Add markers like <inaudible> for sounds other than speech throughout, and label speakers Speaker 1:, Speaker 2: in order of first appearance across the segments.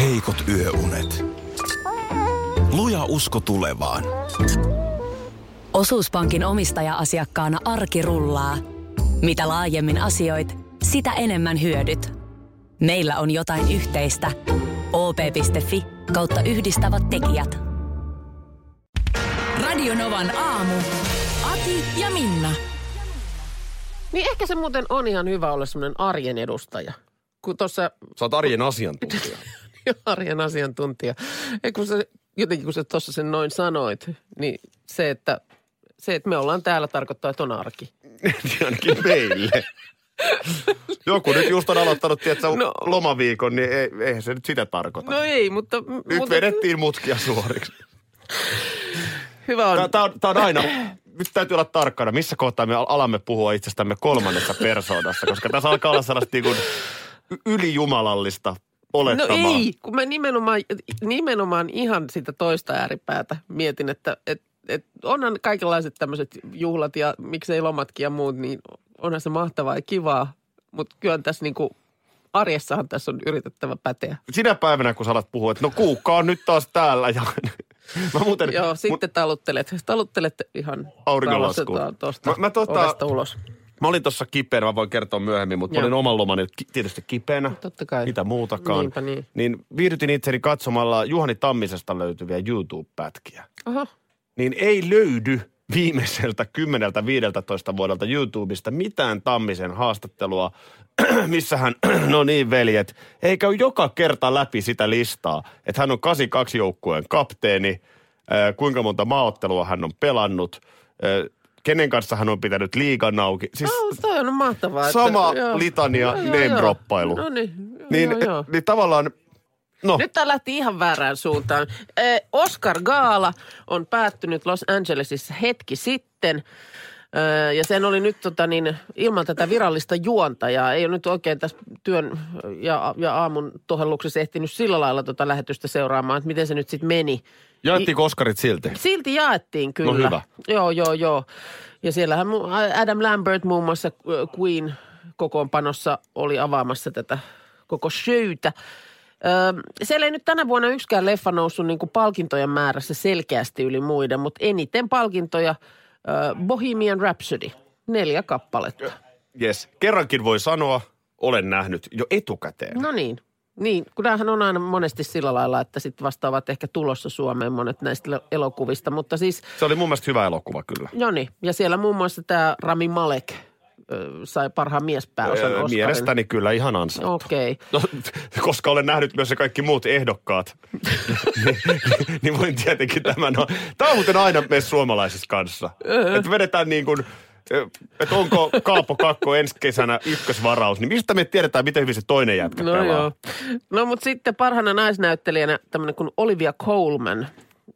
Speaker 1: heikot yöunet. Luja usko tulevaan.
Speaker 2: Osuuspankin omistaja-asiakkaana arki rullaa. Mitä laajemmin asioit, sitä enemmän hyödyt. Meillä on jotain yhteistä. op.fi kautta yhdistävät tekijät.
Speaker 3: Radionovan aamu. Ati ja Minna.
Speaker 4: Niin ehkä se muuten on ihan hyvä olla semmoinen arjen edustaja. Kun tuossa
Speaker 5: Sä oot arjen <laughs> asiantuntija.
Speaker 4: <laughs> arjen asiantuntija, ei kun se, jotenkin kun sä tuossa sen noin sanoit, niin se, että se, että me ollaan täällä, tarkoittaa, että on arki.
Speaker 5: Niin Ainakin meille. Joku nyt just on aloittanut, tiedätkö,
Speaker 4: No.
Speaker 5: no. lomaviikon, niin ei, eihän se nyt sitä tarkoita.
Speaker 4: No ei, mutta,
Speaker 5: nyt
Speaker 4: mutta
Speaker 5: vedettiin mutkia suoriksi.
Speaker 4: hyvä on.
Speaker 5: Tää, tää, on, tää on aina, nyt täytyy olla tarkkana, missä kohtaa me al- alamme puhua itsestämme kolmannessa persoonassa, koska tässä alkaa olla sellaista niin kuin ylijumalallista
Speaker 4: No
Speaker 5: olettamaa.
Speaker 4: ei, kun mä nimenomaan, nimenomaan ihan sitä toista ääripäätä mietin, että et, et onhan kaikenlaiset tämmöiset juhlat ja miksei lomatkin ja muut, niin onhan se mahtavaa ja kivaa. Mutta kyllä tässä niinku, arjessahan tässä on yritettävä päteä.
Speaker 5: Sinä päivänä, kun sä alat puhua, että no kuukka on nyt taas täällä ja... Mä muuten,
Speaker 4: Joo, sitten taluttelet, taluttelet ihan
Speaker 5: Auringonlaskuun.
Speaker 4: taluttetaan Tuosta
Speaker 5: Mä- mä tota-
Speaker 4: ovesta ulos.
Speaker 5: Mä olin tuossa kipeänä, mä voin kertoa myöhemmin, mutta
Speaker 4: Joo.
Speaker 5: mä olin oman lomani ki- tietysti kipeänä.
Speaker 4: Totta kai.
Speaker 5: Mitä muutakaan.
Speaker 4: Niinpä niin.
Speaker 5: niin viihdytin itseni katsomalla Juhani Tammisesta löytyviä YouTube-pätkiä.
Speaker 4: Aha,
Speaker 5: Niin ei löydy viimeiseltä 10-15 vuodelta YouTubesta mitään Tammisen haastattelua, <clears throat> missä hän, <clears throat> no niin veljet, ei käy joka kerta läpi sitä listaa, että hän on 82 joukkueen kapteeni, äh, kuinka monta maaottelua hän on pelannut, äh, kenen kanssa hän on pitänyt liigan auki. Siis
Speaker 4: no, toi on mahtavaa.
Speaker 5: Sama litania name-droppailu.
Speaker 4: No niin, joo,
Speaker 5: Niin,
Speaker 4: joo, joo.
Speaker 5: niin tavallaan, no,
Speaker 4: Nyt tämä lähti ihan väärään suuntaan. Eh, Oscar Gaala on päättynyt Los Angelesissa hetki sitten. Eh, Ja sen oli nyt tota niin, ilman tätä virallista juontajaa. Ei ole nyt oikein tässä työn ja, ja aamun tohelluksessa ehtinyt sillä lailla tota lähetystä seuraamaan, että miten se nyt sitten meni.
Speaker 5: jaettiinko Oskarit silti?
Speaker 4: Silti jaettiin kyllä.
Speaker 5: No hyvä.
Speaker 4: Joo, joo, joo. Ja siellähän mu- Adam Lambert muun muassa äh, Queen kokoonpanossa oli avaamassa tätä koko showta. Öö, siellä ei nyt tänä vuonna yksikään leffa noussut niin kuin palkintojen määrässä selkeästi yli muiden, mutta eniten palkintoja öö, Bohemian Rhapsody, neljä kappaletta.
Speaker 5: Yes. Kerrankin voi sanoa, olen nähnyt jo etukäteen.
Speaker 4: No niin. Niin, kun näähän on aina monesti sillä lailla, että sitten vastaavat ehkä tulossa Suomeen monet näistä le- elokuvista, mutta siis –
Speaker 5: Se oli mun mielestä hyvä elokuva kyllä.
Speaker 4: No niin, ja siellä muun muassa tämä Rami Malek ö, sai parhaan miespääosan
Speaker 5: Öö,
Speaker 4: Oscarin.
Speaker 5: Mielestäni kyllä ihan ansaittu.
Speaker 4: Okei. Okay.
Speaker 5: No, koska olen nähnyt myös se kaikki
Speaker 4: <laughs>
Speaker 5: muut ehdokkaat, niin, niin voin tietenkin tämän... Tämä on muuten aina meissä suomalaisissa kanssa.
Speaker 4: Öö.
Speaker 5: Että vedetään niin kuin, että onko Kaapo Kakko ensi kesänä ykkösvaraus, niin mistä me tiedetään, miten hyvin se toinen jätkä
Speaker 4: No
Speaker 5: pelaa?
Speaker 4: joo. No mutta sitten parhaana naisnäyttelijänä tämmöinen kuin Olivia Colman,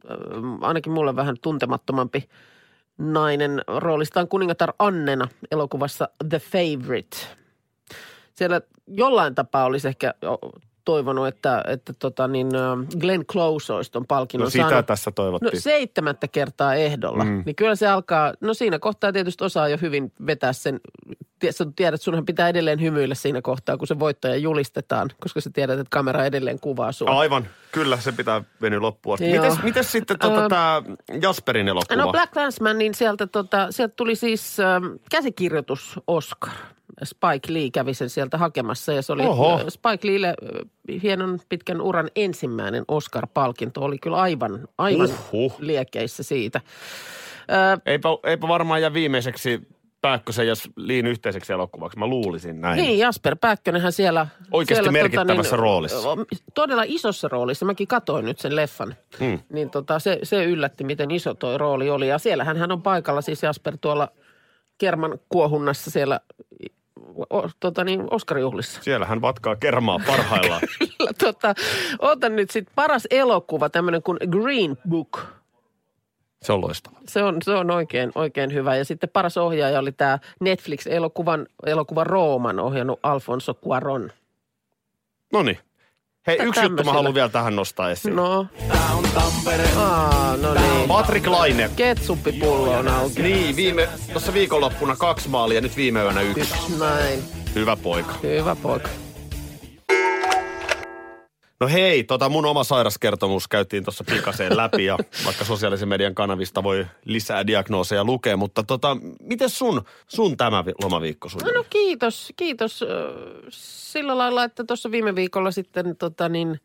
Speaker 4: ö, ainakin mulle vähän tuntemattomampi nainen roolistaan kuningatar Annena elokuvassa The Favorite. Siellä jollain tapaa olisi ehkä o, toivonut, että, että tota niin, ö, Glenn Close olisi ton palkinnon
Speaker 5: No sitä
Speaker 4: saanut.
Speaker 5: tässä
Speaker 4: No
Speaker 5: toivottiin.
Speaker 4: seitsemättä kertaa ehdolla. Mm. Niin kyllä se alkaa, no siinä kohtaa tietysti osaa jo hyvin vetää sen. Tie- Sä tiedät, sunhan pitää edelleen hymyillä siinä kohtaa, kun se voittaja julistetaan, koska sä tiedät, että kamera edelleen kuvaa sua.
Speaker 5: Aivan, kyllä se pitää venyä loppuun asti.
Speaker 4: Joo.
Speaker 5: Mites, mites sitten tota,
Speaker 4: Ähm.
Speaker 5: tämä Jasperin elokuva?
Speaker 4: No Black Landsman, niin sieltä, tota, sieltä tuli siis ähm, käsikirjoitus Oscar. Spike Lee kävi sen sieltä hakemassa ja se oli
Speaker 5: Oho.
Speaker 4: äh, Spike Leelle äh, hienon pitkän uran ensimmäinen Oscar-palkinto. Oli kyllä aivan, aivan
Speaker 5: Uhuh.
Speaker 4: liekeissä siitä. Äh,
Speaker 5: Eipä, eipä varmaan jää viimeiseksi Pääkkösen ja Liin yhteiseksi elokuvaksi. Mä luulisin näin.
Speaker 4: Niin, Jasper Pääkkönenhän siellä...
Speaker 5: Oikeasti
Speaker 4: siellä, tota niin,
Speaker 5: merkittävässä roolissa.
Speaker 4: Todella isossa roolissa. Mäkin katoin nyt sen leffan.
Speaker 5: Mm.
Speaker 4: Hmm. Niin tota, se, se yllätti, miten iso toi rooli oli. Ja siellähän hän on paikalla, siis Jasper tuolla kerman kuohunnassa siellä o, tota niin, Oscar-juhlissa. <laughs>
Speaker 5: Siellä hän vatkaa kermaa parhaillaan.
Speaker 4: Kyllä, tota, otan nyt sitten paras elokuva, tämmöinen kuin Green Book.
Speaker 5: se on loistava.
Speaker 4: Se on, se on oikein, oikein hyvä. Ja sitten paras ohjaaja oli tämä Netflix-elokuvan elokuva Rooman ohjannut Alfonso Cuaron.
Speaker 5: No niin. Hei,
Speaker 4: Tää
Speaker 5: yksi juttu mä
Speaker 4: tämmöisillä.
Speaker 5: haluan vielä tähän nostaa esiin. No.
Speaker 4: No. Aa, no niin.
Speaker 5: Patrick Laine.
Speaker 4: Ketsuppipullo on auki.
Speaker 5: Niin, viime, tuossa viikonloppuna kaksi maalia, nyt viime yönä yksi.
Speaker 4: Yksi näin.
Speaker 5: Hyvä poika.
Speaker 4: Hyvä poika.
Speaker 5: No hei, tota mun oma sairaskertomus käytiin tuossa pikaseen läpi ja vaikka sosiaalisen median kanavista voi lisää diagnooseja lukea, mutta tota, miten sun, sun tämä vi- lomaviikko sun?
Speaker 4: No kiitos, kiitos. ö, Sillä lailla, että tuossa viime viikolla sitten tota niin,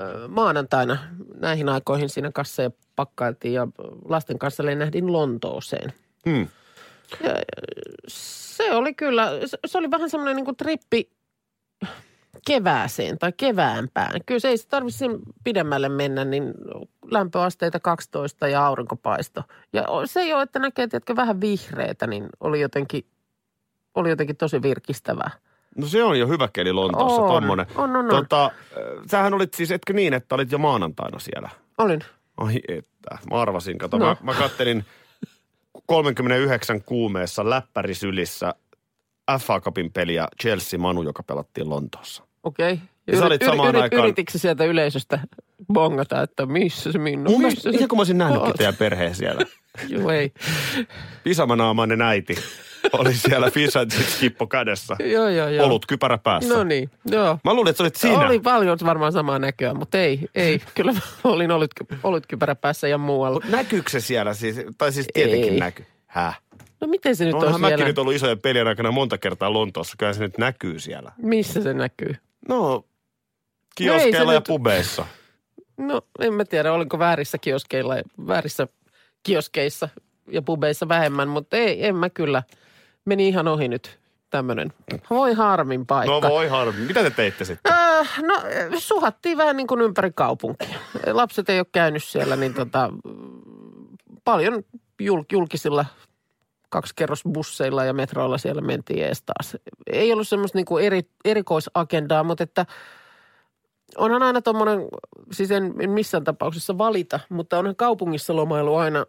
Speaker 4: ö, maanantaina näihin aikoihin siinä kasseja pakkailtiin ja lasten kanssa lennähdin Lontooseen.
Speaker 5: Hmm.
Speaker 4: Ja, ö, se oli kyllä, se- se oli vähän semmoinen niin trippi kevääseen tai keväänpään. Kyllä se ei tarvitse sen pidemmälle mennä, niin lämpöasteita 12 ja aurinkopaisto. Ja o- se jo, että näkee, että vähän vihreitä, niin oli jotenkin, oli jotenkin tosi virkistävää.
Speaker 5: No se on jo hyvä keli Lontoossa,
Speaker 4: On, Hmm.
Speaker 5: tommonen.
Speaker 4: on, on, on.
Speaker 5: Tota, äh, sähän olit siis, etkö niin, että olit jo maanantaina siellä?
Speaker 4: Olin.
Speaker 5: Ai että, mä arvasin, kato.
Speaker 4: No.
Speaker 5: Mä, mä kattelin 39 kuumeessa läppärisylissä FA Cupin peliä Chelsea Manu, joka pelattiin Lontoossa.
Speaker 4: Okei. Okay.
Speaker 5: Ja sä olit samaan aikaan-
Speaker 4: Yritikö sieltä yleisöstä bongata, että missä se Minna,
Speaker 5: Mun
Speaker 4: No missä
Speaker 5: mielestä,
Speaker 4: se...
Speaker 5: ihan kun mä olisin nähnytkin
Speaker 4: oot?
Speaker 5: teidän perheen siellä.
Speaker 4: Joo, ei.
Speaker 5: Pisamanaamainen äiti oli siellä Fisantsit kippo kädessä.
Speaker 4: Joo, joo, joo.
Speaker 5: Olut kypärä päässä.
Speaker 4: No niin, joo.
Speaker 5: Mä luulin, että sä olit siinä.
Speaker 4: Oli paljon varmaan samaa näköä, mutta ei, ei. Kyllä mä olin olut, olutkypärä päässä ja muualla.
Speaker 5: Mut Näkyykö se siellä siis? Tai siis tietenkin
Speaker 4: Ei.
Speaker 5: näkyy. Häh?
Speaker 4: No miten se nyt
Speaker 5: No
Speaker 4: on
Speaker 5: onhan
Speaker 4: siellä?
Speaker 5: mäkin nyt ollut isojen pelien aikana monta kertaa Lontoossa. Kyllä se nyt näkyy siellä.
Speaker 4: Missä se näkyy?
Speaker 5: No,
Speaker 4: No ei
Speaker 5: kioskeilla
Speaker 4: se
Speaker 5: ja
Speaker 4: nyt-
Speaker 5: pubeissa.
Speaker 4: No en mä tiedä, olinko väärissä kioskeilla, väärissä kioskeissa ja pubeissa vähemmän, mutta ei, en mä kyllä. Meni ihan ohi nyt tämmönen. Voi harmin paikka.
Speaker 5: No voi harmi. Mitä te teitte sitten?
Speaker 4: Äh, no äh, suhattiin vähän niin kuin ympäri kaupunkia. Lapset ei ole käynyt siellä, niin tota, mm, paljon jul- julkisilla kaksikerrosbusseilla ja metroilla siellä mentiin ees taas. Ei ollut semmoista niin kuin eri, erikoisagendaa, mutta että onhan aina tuommoinen, siis en, en missään tapauksessa valita, mutta onhan kaupungissa lomailu aina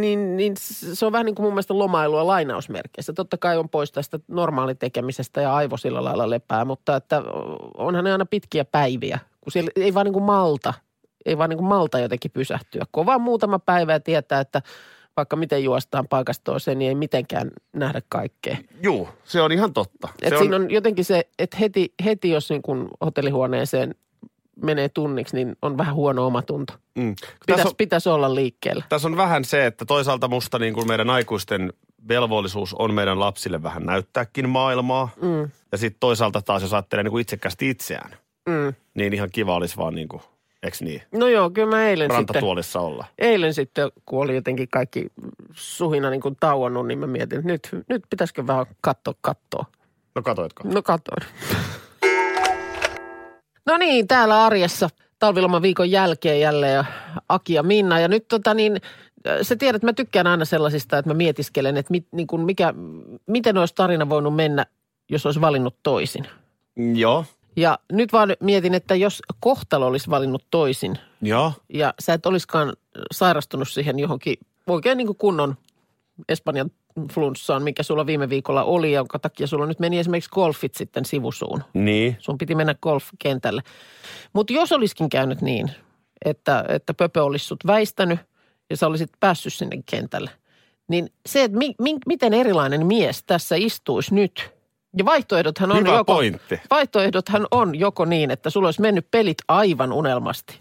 Speaker 4: niin, niin se se on vähän niin kuin mun mielestä lomailua lainausmerkeissä. Totta kai on pois tästä normaalitekemisestä ja aivo sillä lailla lepää, mutta että onhan ne aina pitkiä päiviä, kun siellä ei vaan niin kuin malta, ei vaan niin kuin malta jotenkin pysähtyä. Kun on vaan muutama päivä ja tietää, että vaikka miten juostaan paikasta toiseen, niin ei mitenkään nähdä kaikkea.
Speaker 5: Juu, se on ihan totta.
Speaker 4: Et
Speaker 5: se
Speaker 4: siinä on jotenkin se, että heti, heti jos niin kuin hotellihuoneeseen menee tunniksi, niin on vähän huono omatunto.
Speaker 5: Mm.
Speaker 4: Pitäisi
Speaker 5: Tässä,
Speaker 4: on...
Speaker 5: on,
Speaker 4: pitäis olla liikkeellä.
Speaker 5: tässä on vähän se, että toisaalta musta niin kuin meidän aikuisten velvollisuus on meidän lapsille vähän näyttääkin maailmaa.
Speaker 4: Mm,
Speaker 5: Ja sitten toisaalta taas, jos ajattelee niin kuin itsekkäästi itseään,
Speaker 4: mm.
Speaker 5: niin ihan kiva olisi vaan niin kuin, eks niin,
Speaker 4: No joo, kyllä mä eilen sitten...
Speaker 5: rantatuolissa olla.
Speaker 4: Eilen sitten, kun oli jotenkin kaikki suhina niin kuin tauonnut, niin mä mietin, että nyt, nyt pitäisikö vähän katsoa kattoa.
Speaker 5: No katoitko?
Speaker 4: No katoin. No niin, täällä arjessa talviloman viikon jälkeen jälleen ja Aki ja Minna. Ja nyt tota niin, äh, sä tiedät, että mä tykkään aina sellaisista, että mä mietiskelen, että mit, niin kuin mikä, miten olisi tarina voinut mennä, jos olisi valinnut toisin. Mm,
Speaker 5: Joo.
Speaker 4: Ja nyt vaan mietin, että jos kohtalo olisi valinnut toisin,
Speaker 5: Joo.
Speaker 4: ja sä et olisikaan sairastunut siihen johonkin oikein niin kuin kunnon Espanjan flunssaan, mikä sulla viime viikolla oli, jonka takia sulla nyt meni esimerkiksi golfit sitten sivusuun.
Speaker 5: Niin.
Speaker 4: Sun piti mennä golfkentälle. Mutta jos olisikin käynyt niin, että, että Pöpö olisi sut väistänyt ja sä olisit päässyt sinne kentälle, niin se, että mi, mi, miten erilainen mies tässä istuisi nyt. Ja vaihtoehdothan on
Speaker 5: Hyvä
Speaker 4: joko,
Speaker 5: pointti.
Speaker 4: vaihtoehdothan on joko niin, että sulla olisi mennyt pelit aivan unelmasti.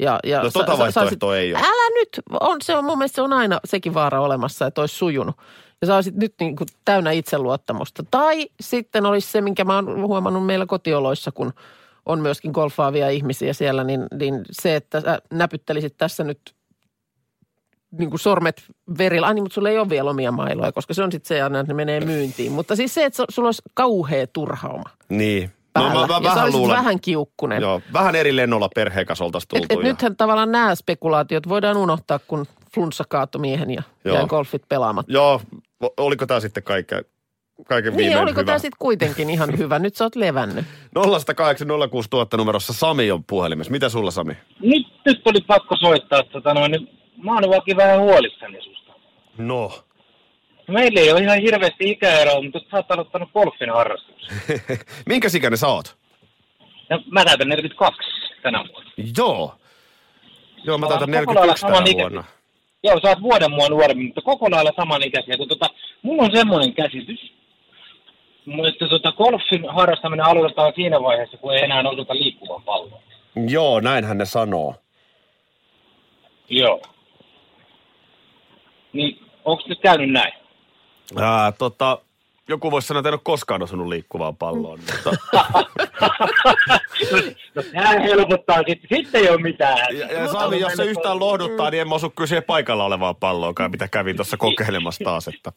Speaker 4: Ja, ja
Speaker 5: No tota vaihtoehtoa ei ole.
Speaker 4: Älä nyt, on, se on, mun mielestä se on aina sekin vaara olemassa, että olisi sujunut. Ja sä olisit nyt niin kuin täynnä itseluottamusta. Tai sitten olisi se, minkä mä oon huomannut meillä kotioloissa, kun on myöskin golfaavia ihmisiä siellä, niin, niin se, että sä näpyttelisit tässä nyt niin kuin sormet verillä. Ai niin, mutta sulla ei ole vielä omia mailoja, koska se on sitten se aina, että ne menee myyntiin. Mutta siis se, että su- sulla olisi kauhea turhauma
Speaker 5: Niin.
Speaker 4: päällä.
Speaker 5: No mä, mä
Speaker 4: ja sä
Speaker 5: vähän
Speaker 4: olisit
Speaker 5: luulen.
Speaker 4: vähän kiukkunen.
Speaker 5: Joo, vähän eri lennolla perheen kanssa oltaisiin
Speaker 4: Et,
Speaker 5: tultu.
Speaker 4: et
Speaker 5: ja-
Speaker 4: nythän tavallaan nämä spekulaatiot voidaan unohtaa, kun flunssa kaatoi miehen ja
Speaker 5: Joo.
Speaker 4: jäi golfit pelaamatta.
Speaker 5: Joo, o- oliko tämä sitten kaikkea? Kaiken
Speaker 4: Niin,
Speaker 5: viimein
Speaker 4: oliko
Speaker 5: hyvä.
Speaker 4: tämä sitten kuitenkin ihan
Speaker 5: <laughs>
Speaker 4: hyvä? Nyt sä oot levännyt.
Speaker 5: 0806000 numerossa Sami on puhelimessa. Mitä sulla Sami?
Speaker 6: nyt, nyt oli pakko soittaa, tota noin, niin mä oon vaikka vähän huolissani susta.
Speaker 5: No.
Speaker 6: Meillä ei ole ihan hirveästi ikäeroa, mutta sä oot aloittanut golfin harrastuksen.
Speaker 5: Minkä ikäinen sä oot?
Speaker 6: Ja mä täytän 42 tänä vuonna.
Speaker 5: Joo. Joo, mä
Speaker 6: Ollaan
Speaker 5: täytän
Speaker 6: koko lailla
Speaker 5: 41 tänä
Speaker 6: samanikäisiä.
Speaker 5: vuonna.
Speaker 6: Joo, sä oot vuoden mua nuoremmin, mutta koko lailla samanikäisiä. Kun tota, mulla on semmoinen käsitys, Mutta tota, golfin harrastaminen aloitetaan siinä vaiheessa, kun ei enää osata liikkuvan palloa.
Speaker 5: Joo, näinhän ne sanoo.
Speaker 6: Joo. Niin, onko nyt käynyt näin?
Speaker 5: Ää, tota, joku voisi sanoa, että en ole koskaan osunut liikkuvaan
Speaker 4: Mm.
Speaker 5: palloon,
Speaker 4: <laughs>
Speaker 5: mutta
Speaker 6: No, tämä helpottaa sitten. Sitten ei ole mitään.
Speaker 5: ja, ja Sami, jos se yhtään lohduttaa, niin en mä osu kyllä siihen paikalla olevaan palloonkaan, mitä kävin tuossa
Speaker 4: Mm.
Speaker 5: kokeilemassa taas, että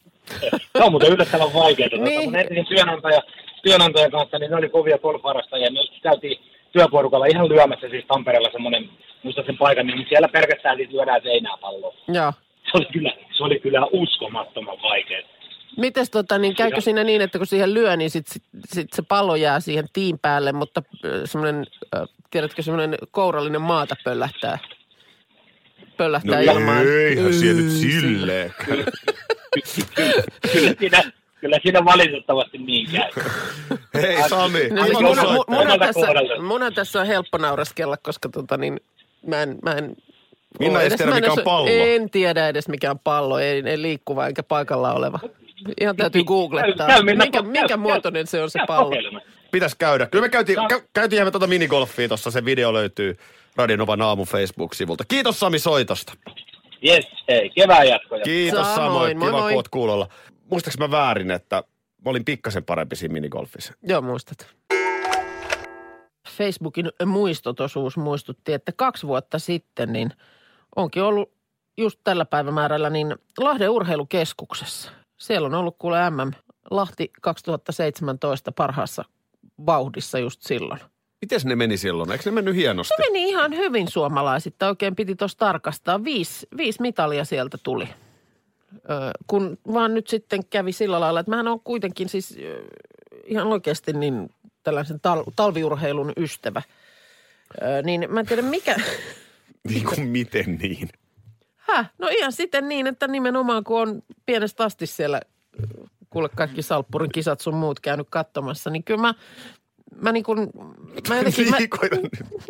Speaker 6: Se on muuten yllättävän vaikeaa. Niin.
Speaker 4: Niin.
Speaker 6: Mun entinen työnantaja, työnantajan kanssa, niin ne oli kovia golfharrastajia. Me joskus käytiin työporukalla ihan lyömässä siis Tampereella semmoinen, muista sen paikan, niin siellä pelkästään siis lyödään seinää palloa.
Speaker 4: Joo.
Speaker 6: Se oli kyllä, se oli kyllä uskomattoman vaikeaa.
Speaker 4: Mites tota, niin käykö siinä niin, että kun siihen lyö, niin sit, sit, sit se pallo jää siihen tiin päälle, mutta ö, semmoinen, ö, tiedätkö, semmoinen kourallinen maata pöllähtää,
Speaker 5: no
Speaker 4: pöllähtää ilmaan.
Speaker 5: eihän siellä nyt silleen.
Speaker 6: Kyllä siinä, kyllä siinä valitettavasti niin käy.
Speaker 5: Hei Sami,
Speaker 4: No, siis mun,
Speaker 5: aivan
Speaker 4: mun,
Speaker 5: osoittaa.
Speaker 4: mun, on
Speaker 6: Omalta
Speaker 4: tässä,
Speaker 6: kohdalta.
Speaker 4: mun on tässä on helppo nauraskella, koska tota, niin, mä en, mä en
Speaker 5: Minna
Speaker 4: ole
Speaker 5: ei edes tiedä,
Speaker 4: mä
Speaker 5: mikä on
Speaker 4: osaa-
Speaker 5: pallo.
Speaker 4: En tiedä edes mikä on pallo, ei, ei liikkuva eikä paikalla oleva. Ihan täytyy googlettaa,
Speaker 6: Käy- käy Minna-
Speaker 4: minkä,
Speaker 6: käy-
Speaker 4: minkä
Speaker 6: käy-
Speaker 4: muotoinen se on se
Speaker 6: käy
Speaker 4: pallo.
Speaker 6: kokeilemassa.
Speaker 5: Pitäis käydä. Kyllä me käytiin, kä- käytiin ihan tuota minigolfia tuossa, se video löytyy Radionovan aamu Facebook-sivulta. Kiitos Sami soitosta.
Speaker 6: Jes, hei, kevään jatkoja.
Speaker 5: Kiitos
Speaker 4: Samoin,
Speaker 5: samoin,
Speaker 4: moi
Speaker 5: kiva
Speaker 4: moi.
Speaker 5: kun oot kuulolla. Muistaaks mä väärin, että mä olin pikkasen parempi siinä minigolfissa?
Speaker 4: Joo, muistat. Facebookin muistotosuus muistutti, että kaksi vuotta sitten niin onkin ollut just tällä päivämäärällä niin Lahden urheilukeskuksessa. Siellä on ollut kuule MM Lahti 2017 parhaassa vauhdissa just silloin.
Speaker 5: Mites ne meni silloin? Eikö ne mennyt hienosti?
Speaker 4: Se meni ihan hyvin suomalaisittain. Oikein piti tuossa tarkastaa. Viisi, viisi mitalia sieltä tuli. Ö, kun vaan nyt sitten kävi sillä lailla, että mähän on kuitenkin siis ö, ihan oikeasti niin tällaisen tal- talviurheilun ystävä. Ö, niin mä en tiedä mikä...
Speaker 5: <laughs> Niin kuin miten niin?
Speaker 4: Häh? No ihan sitten niin, että nimenomaan kun on pienestä asti siellä ö, kuule kaikki Salppurin kisat sun muut käynyt katsomassa, niin kyllä mä, mä niin kuin, mä jotenkin, mä,
Speaker 5: Liikoinen.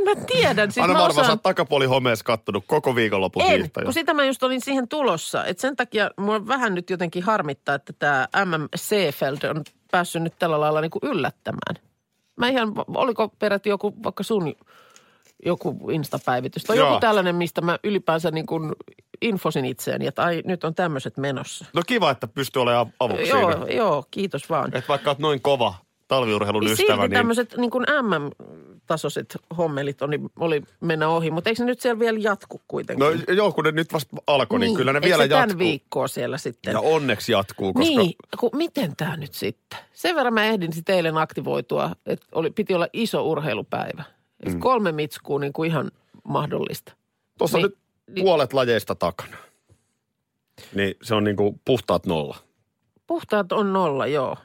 Speaker 4: mä tiedän, siis
Speaker 5: Anna
Speaker 4: mä
Speaker 5: varmaan sä
Speaker 4: osaan,
Speaker 5: oot takapuoli homeessa kattonut koko viikonlopun
Speaker 4: En,
Speaker 5: hiihtoja.
Speaker 4: kun sitä mä just olin siihen tulossa. Et sen takia mua vähän nyt jotenkin harmittaa, että tämä MM Seefeld on päässyt nyt tällä lailla niinku yllättämään. Mä ihan, oliko peräti joku, vaikka sun joku instapäivitys tai
Speaker 5: Joo.
Speaker 4: joku tällainen, mistä mä ylipäänsä niin kuin infosin itseäni, että ai nyt on tämmöiset menossa.
Speaker 5: No kiva, että pystyy olemaan avuksi
Speaker 4: Joo,
Speaker 5: siinä.
Speaker 4: joo, kiitos vaan.
Speaker 5: Että vaikka oot noin kova talviurheilun
Speaker 4: Niin
Speaker 5: ystävä,
Speaker 4: silti
Speaker 5: niin...
Speaker 4: tämmöiset niin kuin MM-tasoiset hommelit oli, oli mennä ohi, mutta eikö se nyt siellä vielä jatku kuitenkin?
Speaker 5: No joo, kun ne nyt vasta alkoi, niin, kyllä ne
Speaker 4: eikö
Speaker 5: vielä
Speaker 4: se tämän
Speaker 5: jatkuu.
Speaker 4: viikkoa siellä sitten?
Speaker 5: Ja onneksi jatkuu, koska...
Speaker 4: Niin, kun miten tämä nyt sitten? Sen verran mä ehdin sitten eilen aktivoitua, että oli, piti olla iso urheilupäivä. Mm. Kolme mitskuu niin kuin ihan mahdollista.
Speaker 5: Tuossa
Speaker 4: Niin,
Speaker 5: nyt
Speaker 4: niin.
Speaker 5: puolet lajeista takana. Niin se on niinku puhtaat nolla.
Speaker 4: Puhtaat on nolla, joo.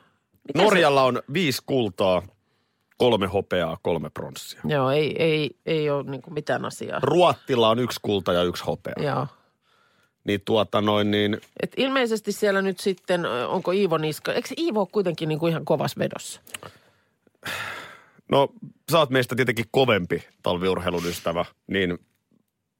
Speaker 4: Mikä
Speaker 5: Norjalla on viisi kultaa, kolme hopeaa, kolme pronssia.
Speaker 4: Se, joo, ei, ei, ei ole niin kuin mitään asiaa.
Speaker 5: Ruottilla on yksi kulta ja yksi hopea.
Speaker 4: Joo.
Speaker 5: Niin tuota noin niin,
Speaker 4: Et ilmeisesti siellä nyt sitten, ö, onko Iivo Niska, eikö Iivo ole kuitenkin niin kuin ihan kovas vedossa?
Speaker 5: no sä oot meistä tietenkin kovempi talviurheilun ystävä, niin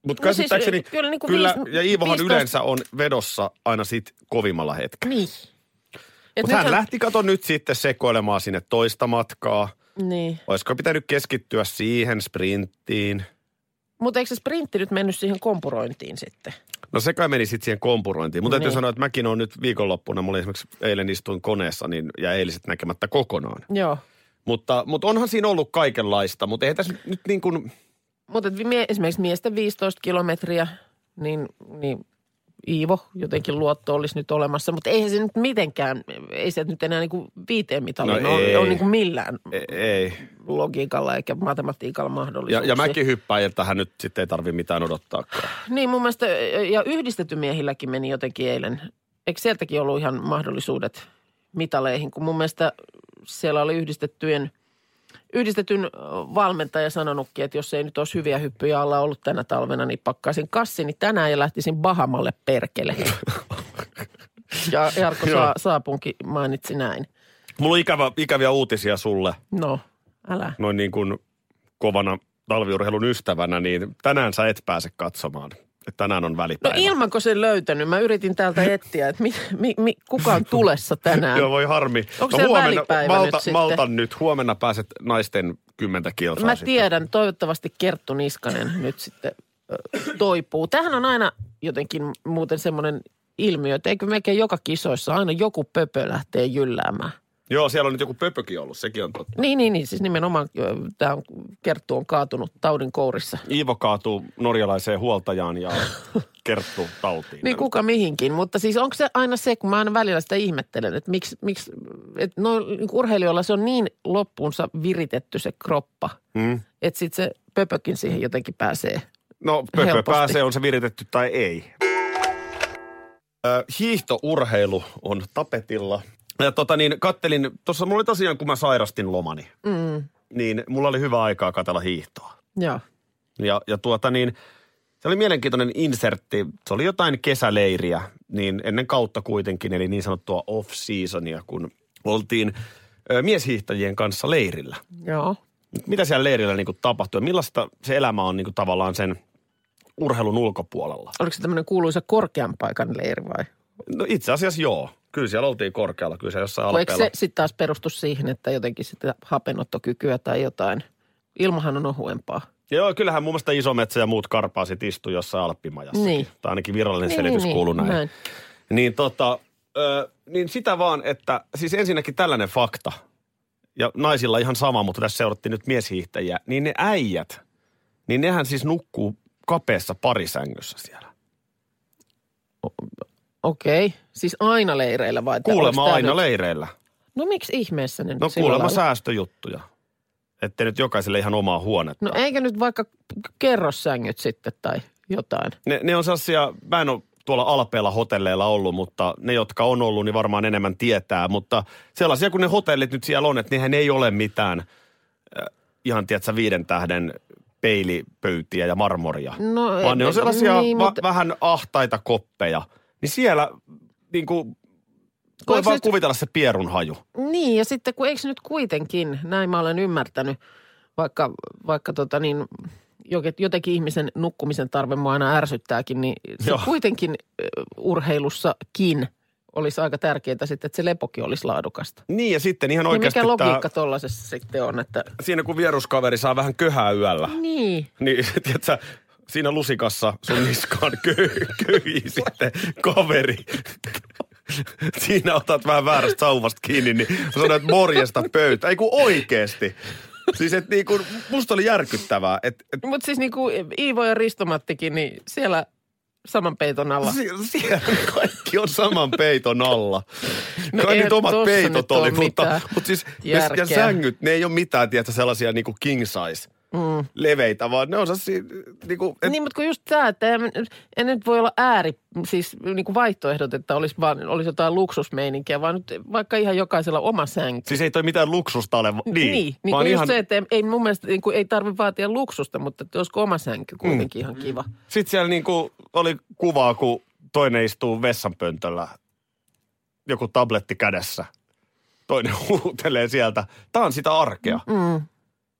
Speaker 5: mutta
Speaker 4: No siis,
Speaker 5: käsittääkseni,
Speaker 4: ö, kyllä niinku
Speaker 5: kyllä,
Speaker 4: viis-
Speaker 5: ja Iivohan
Speaker 4: 15
Speaker 5: yleensä on vedossa aina sit kovimmalla hetkellä.
Speaker 4: Niin. Et
Speaker 5: Mutta hän
Speaker 4: nythän-
Speaker 5: lähti, kato nyt sitten sekoilemaan sinne toista matkaa.
Speaker 4: Niin.
Speaker 5: Olisiko pitänyt keskittyä siihen sprinttiin?
Speaker 4: Mutta eikö se sprintti nyt mennyt siihen kompurointiin sitten?
Speaker 5: No se kai meni sitten siihen kompurointiin. Mutta täytyy
Speaker 4: Niin.
Speaker 5: sanoa, että mäkin olen nyt viikonloppuna, mulla esimerkiksi eilen istuin koneessa niin, ja eiliset näkemättä kokonaan.
Speaker 4: Joo.
Speaker 5: Mutta, mutta onhan siinä ollut kaikenlaista, mutta ei tässä nyt niin kuin,
Speaker 4: Mutta esimerkiksi miesten 15 kilometriä, niin, niin Iivo jotenkin luotto olisi nyt olemassa, mutta eihän se nyt mitenkään, ei se nyt enää niinku viiteen mitaliin
Speaker 5: No
Speaker 4: no
Speaker 5: ei.
Speaker 4: ole, ole niinku millään
Speaker 5: e- ei.
Speaker 4: logiikalla eikä matematiikalla
Speaker 5: Ja,
Speaker 4: mahdollisuuksia.
Speaker 5: ja mäkin hyppään, että hän nyt sitten ei tarvi mitään odottaa.
Speaker 4: Niin mun mielestä, ja yhdistetty miehilläkin meni jotenkin eilen. Eikö sieltäkin ollut ihan mahdollisuudet mitaleihin, kun mun mielestä siellä oli yhdistettyjen, yhdistetyn ö, valmentaja sanonutkin, että jos ei nyt olisi hyviä hyppyjä alla ollut tänä talvena, niin pakkaisin kassini tänään ja lähtisin Bahamalle
Speaker 5: <laughs>
Speaker 4: perkele. ja Jarkko
Speaker 5: Joo.
Speaker 4: Saa, Saapunkin mainitsi näin.
Speaker 5: Mulla on ikävä, ikäviä uutisia sulle,
Speaker 4: No, älä.
Speaker 5: noin niin kuin kovana talviurheilun ystävänä, niin tänään sä et pääse katsomaan että tänään on
Speaker 4: No
Speaker 5: välipäivä.
Speaker 4: ilmanko sen löytänyt? Mä yritin täältä etsiä, että mi, mi, mi, kuka on tulessa tänään.
Speaker 5: Joo, voi harmi. No
Speaker 4: Onko siellä
Speaker 5: huomenna,
Speaker 4: välipäivä nyt
Speaker 5: malta,
Speaker 4: sitten?
Speaker 5: malta nyt. Huomenna pääset naisten kymmentä kilsaa
Speaker 4: Mä
Speaker 5: sitten.
Speaker 4: tiedän, toivottavasti Kerttu Niskanen nyt sitten ö, toipuu. Tähän on aina jotenkin muuten semmoinen ilmiö, että eikö melkein joka kisoissa aina joku pöpö lähtee jylläämään.
Speaker 5: Joo, siellä on nyt joku pöpökin ollut, sekin on totta.
Speaker 4: Niin, niin, niin. Siis nimenomaan tämä on, Kerttu on kaatunut taudin kourissa.
Speaker 5: Iivo kaatuu norjalaiseen huoltajaan
Speaker 4: <laughs>
Speaker 5: ja kerttuu tautiin.
Speaker 4: Niin kuka mihinkin, mutta siis onko se aina se, kun mä aina välillä sitä ihmettelen, että miksi, miksi että no, niin urheilijoilla se on niin loppuunsa viritetty se kroppa,
Speaker 5: Mm.
Speaker 4: että sitten se pöpökin siihen jotenkin pääsee.
Speaker 5: No pöpö
Speaker 4: Helposti.
Speaker 5: pääsee, on se viritetty tai ei. Ö, hiihtourheilu on tapetilla. Ja tota niin, kattelin, tuossa mulla oli tosiaan, kun mä sairastin lomani,
Speaker 4: Mm,
Speaker 5: niin mulla oli hyvä aikaa katella hiihtoa.
Speaker 4: joo.
Speaker 5: Ja, ja tuota niin, se oli mielenkiintoinen insertti. Se oli jotain kesäleiriä, niin ennen kautta kuitenkin, eli niin sanottua off-seasonia, kun oltiin ö, mieshiihtäjien kanssa leirillä.
Speaker 4: Joo.
Speaker 5: Mitä siellä leirillä niin kuin tapahtui ja millaista se elämä on niin kuin tavallaan sen urheilun ulkopuolella?
Speaker 4: Oliko se tämmöinen kuuluisa korkean paikan leiri vai?
Speaker 5: No itse asiassa joo. Kyllä siellä oltiin korkealla, kyllä siellä jossain
Speaker 4: Vai Eikö
Speaker 5: alpeella.
Speaker 4: se sitten taas perustu siihen, että jotenkin sitä hapenottokykyä tai jotain? Ilmahan on ohuempaa.
Speaker 5: Joo, kyllähän muun muassa Isometsä ja muut karpaasit istu jossain alppimajassa.
Speaker 4: Niin.
Speaker 5: Tai ainakin virallinen selitys kuuluu niin, näin. Niin tota, ö, niin sitä vaan, että siis ensinnäkin tällainen fakta, ja naisilla ihan sama, mutta tässä seurattiin nyt mieshiihtäjiä, niin ne äijät, niin nehän siis nukkuu kapeassa parisängyssä siellä.
Speaker 4: Okei. Siis aina leireillä vai?
Speaker 5: Kuulemma
Speaker 4: Onko tää
Speaker 5: aina
Speaker 4: nyt-
Speaker 5: leireillä.
Speaker 4: No miksi ihmeessä ne nyt
Speaker 5: No
Speaker 4: sillä
Speaker 5: kuulemma
Speaker 4: lailla?
Speaker 5: säästöjuttuja. Että nyt jokaiselle ihan omaa huonetta.
Speaker 4: No eikä nyt vaikka kerrossängyt sitten tai jotain.
Speaker 5: Ne, ne on sellaisia, mä en ole tuolla alpeilla hotelleilla ollut, mutta ne, jotka on ollut, niin varmaan enemmän tietää. Mutta sellaisia kuin ne hotellit nyt siellä on, että nehän ei ole mitään äh, ihan, tiedätkö, viiden tähden peilipöytiä ja marmoria.
Speaker 4: No,
Speaker 5: vaan ne on sellaisia
Speaker 4: niin,
Speaker 5: va-
Speaker 4: mutta-
Speaker 5: vähän ahtaita koppeja. Niin siellä niin kuin, voi
Speaker 4: eikö
Speaker 5: vaan
Speaker 4: nyt-
Speaker 5: kuvitella se pierun haju.
Speaker 4: Niin ja sitten kun eikö nyt kuitenkin, näin mä olen ymmärtänyt, vaikka, vaikka tota niin, joke- jotenkin ihmisen nukkumisen tarve mua aina ärsyttääkin, niin se
Speaker 5: Joo.
Speaker 4: kuitenkin ö, urheilussakin olisi aika tärkeää sitten, että se lepokin olisi laadukasta.
Speaker 5: Niin ja sitten ihan
Speaker 4: Niin
Speaker 5: oikeasti
Speaker 4: mikä
Speaker 5: tää,
Speaker 4: logiikka tollaisessa sitten on, että
Speaker 5: siinä kun vieruskaveri saa vähän köhää yöllä.
Speaker 4: niin.
Speaker 5: Niin, <laughs> tiedätkö, siinä lusikassa sun niskaan köy, köyi sitten kaveri. Siinä otat vähän väärästä sauvasta kiinni, niin sanoit morjesta pöytä. Ei kun oikeesti. Siis et niin kun, musta oli järkyttävää, että et,
Speaker 4: Mutta siis niin kuin Iivo ja Ristomattikin, niin siellä saman peiton alla.
Speaker 5: Sie- siellä kaikki on saman peiton alla.
Speaker 4: No
Speaker 5: No Kai
Speaker 4: eihän
Speaker 5: nyt omat
Speaker 4: tossa nyt
Speaker 5: peitot oli,
Speaker 4: oo mitään
Speaker 5: mutta, mutta siis ne,
Speaker 4: järkeä.
Speaker 5: ja sängyt, ne ei ole mitään, tiedätkö, sellaisia niinku king size
Speaker 4: Mm.
Speaker 5: leveitä, vaan ne on sellaisia niinku, et,
Speaker 4: Niin, mutta kun just tämä, että en, en nyt voi olla ääri, siis niin kuin vaihtoehdot, että olisi, vaan, olisi jotain luksusmeininkiä, vaan nyt vaikka ihan jokaisella oma sänky.
Speaker 5: Siis ei toi mitään luksusta ole. va- Niin,
Speaker 4: niin, niin
Speaker 5: vaan
Speaker 4: kuin
Speaker 5: ihan,
Speaker 4: just se, että ei, ei mun mielestä niin kuin, ei tarvitse vaatia luksusta, mutta että olisiko oma sänky
Speaker 5: Mm.
Speaker 4: kuitenkin ihan kiva.
Speaker 5: Sitten siellä niinku oli kuvaa, kun toinen istuu vessanpöntöllä, joku tabletti kädessä. Toinen <laughs> huutelee sieltä. Tämä on sitä arkea.
Speaker 4: Mm.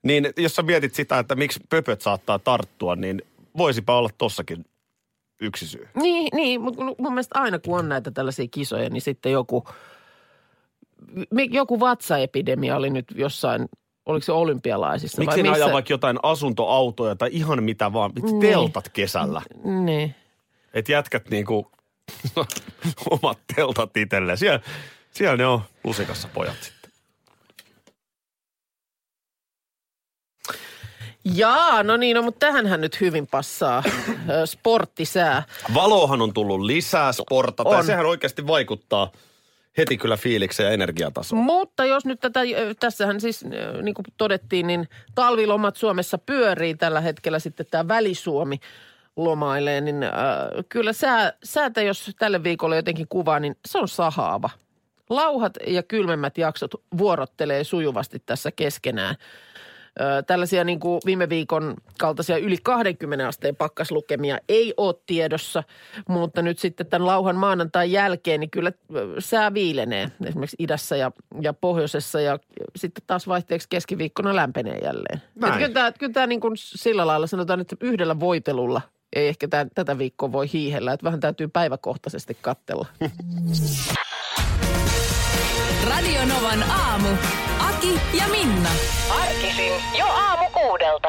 Speaker 5: Niin jos sä mietit sitä, että miksi pöpöt saattaa tarttua, niin voisipa olla tossakin yksi syy.
Speaker 4: Niin, niin, mutta mun mielestä aina kun on näitä tällaisia kisoja, niin sitten joku, mi- joku vatsaepidemia oli nyt jossain, oliko se olympialaisissa
Speaker 5: Miksi ne
Speaker 4: vai
Speaker 5: ajaa
Speaker 4: missä?
Speaker 5: vaikka jotain asuntoautoja tai ihan mitä vaan, vitsi,
Speaker 4: Niin.
Speaker 5: teltat kesällä.
Speaker 4: Niin.
Speaker 5: Että jätkät niinku <laughs> omat teltat itselleen. Siellä, siellä ne on lusikassa pojat sitten.
Speaker 4: Jaa, no niin, no, mutta tähänhän nyt hyvin passaa ö, sporttisää.
Speaker 5: Valohan on tullut lisää sportata ja
Speaker 4: On.
Speaker 5: sehän oikeasti vaikuttaa heti kyllä fiilikseen ja energiatasoon.
Speaker 4: Mutta jos nyt tätä, ö, tässähän siis ö, niin kuin todettiin, niin talvilomat Suomessa pyörii tällä hetkellä sitten tämä välisuomi lomailee, niin äh, kyllä sää, säätä, jos tälle viikolle jotenkin kuvaa, niin se on sahaava. Lauhat ja kylmemmät jaksot vuorottelee sujuvasti tässä keskenään. Ö, Tällaisia niin kuin viime viikon kaltaisia yli 20 asteen pakkaslukemia ei ole tiedossa, mutta nyt sitten tämän lauhan maanantain jälkeen niin kyllä ö, sää viilenee esimerkiksi idässä ja, ja pohjoisessa ja sitten taas vaihteeksi keskiviikkona lämpenee jälleen.
Speaker 5: Näin.
Speaker 4: Että kyllä tämä, kyllä tämä niin kuin sillä lailla sanotaan, että yhdellä voitelulla ei ehkä tämän, tätä viikkoa voi hiihellä, että vähän täytyy päiväkohtaisesti kattella.
Speaker 3: Radio Novan aamu. Aki ja Minna.
Speaker 7: Arkisin jo aamu kuudelta.